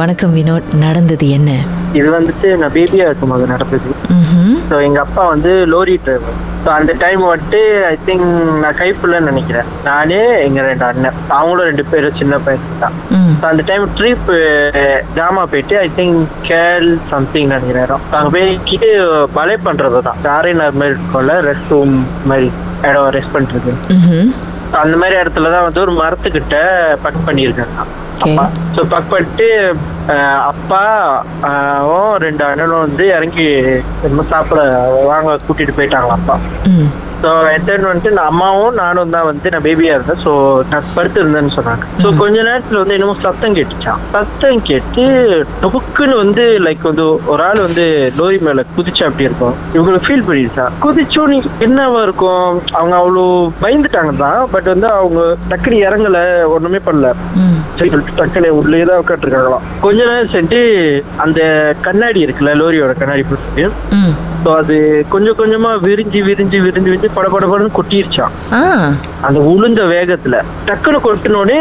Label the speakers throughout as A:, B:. A: வணக்கம் வினோத் நடந்தது என்ன
B: இது வந்துட்டு நான் பேபியா இருக்கும் போது நடந்தது
A: ம்ஹும்.
B: ஸோ எங்க அப்பா வந்து லோரி டிரைவர் ஸோ அந்த டைம் வந்துட்டு ஐ திங்க் நான் கைப்புலன்னு நினைக்கிறேன் நானே எங்க ரெண்டு அண்ணன் அவங்களும் ரெண்டு பேரும் சின்ன பையன் தான்
A: ம்
B: So, அந்த டைம் ட்ரிப் ஜாமா போயிட்டு ஐ திங்க் கேல் சம்திங் நினைக்கிற இடம் So, அங்க போய்கிட்டு பலே பண்றது தான் சாரினார் மாதிரி இருக்கும்ல ரெஸ்ட் ரூம் மாதிரி இடம் ரெஸ்ட் பண்றது
A: ம்ஹும்.
B: So, அந்த மாதிரி இடத்துல தான் வந்து ஒரு மரத்துக்கிட்ட பக் பண்ணியிருக்காங்க
A: Okay.
B: அப்பா ஸோ பக் பண்ணிட்டு அஹ், அப்பா அஹ், வும் ரெண்டு அண்ணனும் வந்து இறங்கி ரொம்ப சாப்பிட வாங்க கூட்டிட்டு போயிட்டாங்க அப்பா
A: ம்
B: ஸோ எத்தனை வந்துட்டு நான் அம்மாவும் நானும் தான் வந்து நான் பேபியா இருந்தேன் ஸோ நான் படுத்து இருந்தேன்னு சொன்னாங்க ஸோ கொஞ்ச நேரத்துல வந்து என்னமோ சத்தம் கேட்டுச்சான் சத்தம் கேட்டு டொக்குன்னு வந்து லைக் வந்து ஒரு ஆள் வந்து லோரி மேல குதிச்சா அப்படி இருக்கும் இவங்களுக்கு ஃபீல் பண்ணிருச்சான் குதிச்சோன்னு என்னவா இருக்கும் அவங்க அவ்வளோ பயந்துட்டாங்க தான் பட் வந்து அவங்க டக்குனு இறங்கல ஒண்ணுமே பண்ணல
A: ம்
B: சரி சொல்லிட்டு டக்குனு உள்ளே தான் உட்காந்துருக்காங்களாம் கொஞ்ச நேரம் சென்று அந்த கண்ணாடி இருக்குல்ல லோரியோட கண்ணாடி பிடிச்சி
A: ம்
B: ஸோ அது கொஞ்சம் கொஞ்சமா விரிஞ்சு விரிஞ்சு விரிஞ்சு விரிஞ்சு படபடபடன்னு கொட்டிருச்சான்
A: ஆ
B: அந்த உளுந்த வேகத்துல டக்குன்னு கொட்டினோடனே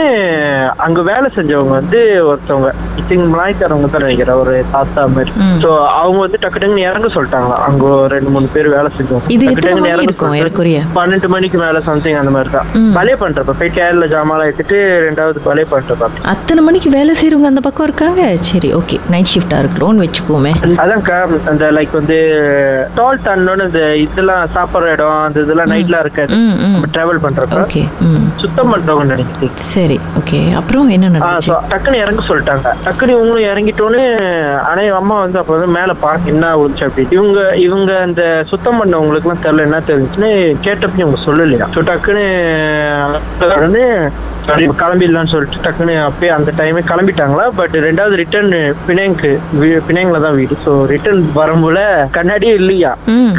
B: அங்க வேலை செஞ்சவங்க வந்து ஒருத்தவங்க இத்திங் மலாய்க்காரவங்க தான் நினைக்கிறேன் ஒரு தாத்தா மாதிரி
A: ம்.
B: ஸோ அவங்க வந்து டக்கு டக்குன்னு இறங்க சொல்லிட்டாங்களாம் அங்க ஒரு ரெண்டு மூணு பேர் வேலை செஞ்சவங்க
A: இது
B: டக்கு
A: எத்தனை மணி
B: டக்குன்னு இறங்க
A: இருக்கும்
B: சொல்லிட்டு-
A: ஏறக்குறைய?
B: பன்னெண்டு மணிக்கு மேல சம்திங் அந்த மாதிரி தான்
A: ம்.
B: பலே பண்றப்ப போய் கேரள ஜாமாலாம் எடுத்துட்டு ரெண்டாவது பலே பண்றப்ப
A: அத்தனை மணிக்கு வேலை செய்கிறவங்க அந்த பக்கம் இருக்காங்க சரி ஓகே நைட் ஷிஃப்டாக இருக்கிறோன்னு வச்சுக்கோமே
B: அதான்க்கா அந்த லைக் வந்து டோல் தண்ணோன்னு இந்த இதெல்லாம் சாப்பிடுற இடம் அந்த இதெல்லாம் நைட்லாம் இருக்காது
A: ம் ம்
B: நம்ம டிராவல் பண்றப்ப
A: ஓகே ம்
B: சுத்தம் பண்றவங்க நினைக்கிறேன்
A: சரி ஓகே அப்புறம் என்ன
B: ஆ,
A: நடந்துச்சு
B: so டக்குன்னு இறங்க சொல்லிட்டாங்க டக்குன்னு இவங்களும் இறங்கிட்டோன்னு ஆனா என் அம்மா வந்து அப்ப வந்து மேல பா என்ன விழுந்துச்சு அப்படி இவங்க இவங்க அந்த சுத்தம் பண்ணவங்களுக்கு எல்லாம் தெரியல என்ன தெரிஞ்சுன்னு கேட்டப்ப இவங்க சொல்லலையா ஸோ டக்குன்னு உடனே சரி, கிளம்பிடலாம்னு சொல்லிட்டு டக்குன்னு அப்பயே அந்த டைமே கிளம்பிட்டாங்களா பட் ரெண்டாவது ரிட்டர்ன் பிணைங்கு பிணைங்கில தான் வீடு ஸோ ரிட்டர்ன் வரும்போல கண்ணாடியே இல்லையா
A: ம்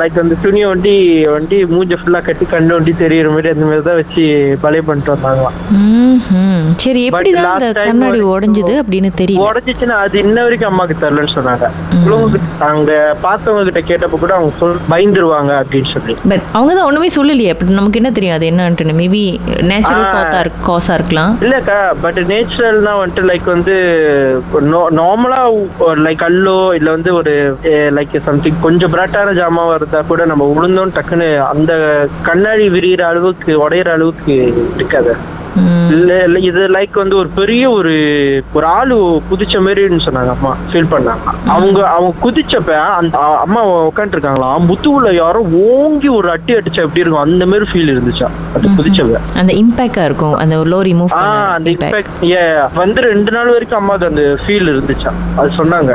B: லைக் வந்து துணியை வண்டி வண்டி மூஞ்ச ஃபுல்லா கட்டி கண்ணு வண்டி தெரியற மாதிரி அந்த மாதிரி தான் வச்சு பழைய பண்ணிட்டு வந்தாங்களாம்
A: ம்ஹும். சரி எப்படிதான்
B: last
A: அந்த
B: time
A: கண்ணாடி
B: வரைக்கும்
A: உடைஞ்சது அப்படின்னு தெரியல
B: உடஞ்சிச்சுன்னா அது இன்ன வரைக்கும் அம்மாக்கு தரலன்னு சொன்னாங்க
A: ம்.
B: உள்ளவங்க- அங்க பார்த்தவங்க கிட்ட கேட்டப்ப கூட அவங்க சொல் பயந்துருவாங்க அப்படின்னு சொல்லி
A: பட் அவங்க தான் ஒண்ணுமே சொல்லலையே அப்படி நமக்கு என்ன தெரியும் அது என்னன்ட்டு மேபி நேச்சுரல்
B: ஆ.
A: காத்தா இருக்கு காசா இருக்கலாம்
B: இல்லக்கா பட் நேச்சுரல்னா வந்துட்டு லைக் வந்து நார்மலா லைக் கல்லோ இல்ல வந்து ஒரு லைக் சம்திங் கொஞ்சம் பிராட்டான ஜாமாவா இருந்தா கூட நம்ம உளுந்தோம் டக்குன்னு அந்த கண்ணாடி விரியிற அளவுக்கு உடையிற அளவுக்கு இருக்காது
A: ம்.
B: இல்ல இல்ல, இது லைக் வந்து ஒரு பெரிய ஒரு ஒரு ஆளு குதிச்ச மாதிரின்னு சொன்னாங்க அம்மா ஃபீல் பண்ணாங்க அவங்க அவங்க குதிச்சப்ப அந்த அ- அம்மா உட்காந்து இருக்காங்களா முத்துவுல யாரோ ஓங்கி ஒரு அட்டி அடிச்சா எப்படி இருக்கும் அந்த மாதிரி ஃபீல் இருந்துச்சா அது குதிச்சப்ப
A: அந்த இம்பாக்டா இருக்கும் அந்த லோரி மூவ்
B: ஆ அந்த
A: பண்ண impact.
B: இம்பாக்ட் ஏ வந்து ரெண்டு நாள் வரைக்கும் அம்மா அது அந்த ஃபீல் இருந்துச்சாம் அது சொன்னாங்க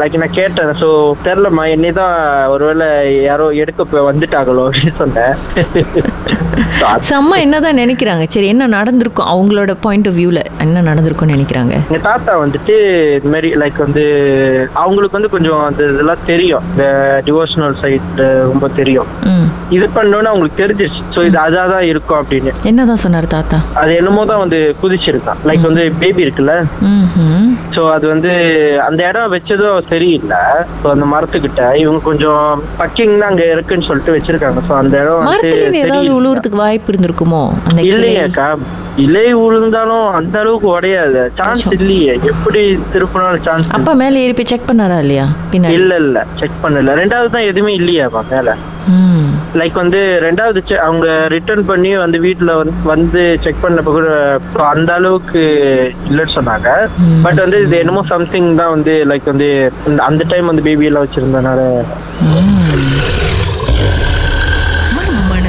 B: லைக் நான் கேட்டேன் ஸோ தெரிலம்மா என்னை தான் ஒருவேளை யாரோ எடுக்க போய் வந்துட்டாங்களோ அப்படின்னு சொன்னேன் So, அது-
A: செம்ம என்னதான் நினைக்கிறாங்க சரி என்ன நடந்திருக்கும் அவங்களோட பாயிண்ட் ஆஃப் வியூல என்ன நடந்திருக்கும்னு நினைக்கிறாங்க
B: எங்க தாத்தா வந்துட்டு இது மாதிரி லைக் வந்து அவங்களுக்கு வந்து கொஞ்சம் அந்த இதெல்லாம் தெரியும் இந்த டிவோஷனல் சைட் ரொம்ப தெரியும்
A: ம்.
B: இது பண்ணோன்னு அவங்களுக்கு தெரிஞ்சிருச்சு ஸோ இது அதாக தான் இருக்கும் அப்படின்னு
A: என்னதான் சொன்னார் தாத்தா
B: அது என்னமோ தான் வந்து குதிச்சிருக்கான் லைக் வந்து பேபி இருக்குல்ல
A: ம்ஹும்.
B: ஸோ அது வந்து அந்த இடம் வச்சதும் சரியில்லை ஸோ அந்த மரத்துக்கிட்ட இவங்க கொஞ்சம் பக்கிங் தான் அங்க இருக்குன்னு சொல்லிட்டு வச்சிருக்காங்க ஸோ அந்த இடம் வந்து
A: மரத்துல ஏதாவது
B: சரியில்லை.
A: உழுவுறதுக்கு வாய்ப்பு இருந்திருக்குமோ அந்த கிளை
B: இல்லையாக்கா இலை உழுந்தாலும் அந்த அளவுக்கு உடையாது சான்ஸ்
A: அச்சோ.
B: இல்லையே எப்படி திருப்பினாலும் சான்ஸ்
A: அப்பா மேல ஏறி போய் செக் பண்ணாரா இல்லையா பின்னாடி
B: இல்ல இல்ல செக் பண்ணல ரெண்டாவது தான் எதுவுமே இல்லையாப்பா மேல
A: ம்.
B: லைக் வந்து ரெண்டாவது che- அவங்க ரிட்டர்ன் பண்ணி வந்து வீட்டுல வந்து- வந்து செக் பண்ணப்ப கூட so அந்த அளவுக்கு இல்லைன்னு சொன்னாங்க
A: ம்.
B: பட் வந்து இது என்னமோ சம்திங் தான் வந்து லைக் வந்து இந்த- அந்த டைம் வந்து பேபி எல்லாம் வச்சிருந்தனால
C: மர்மமான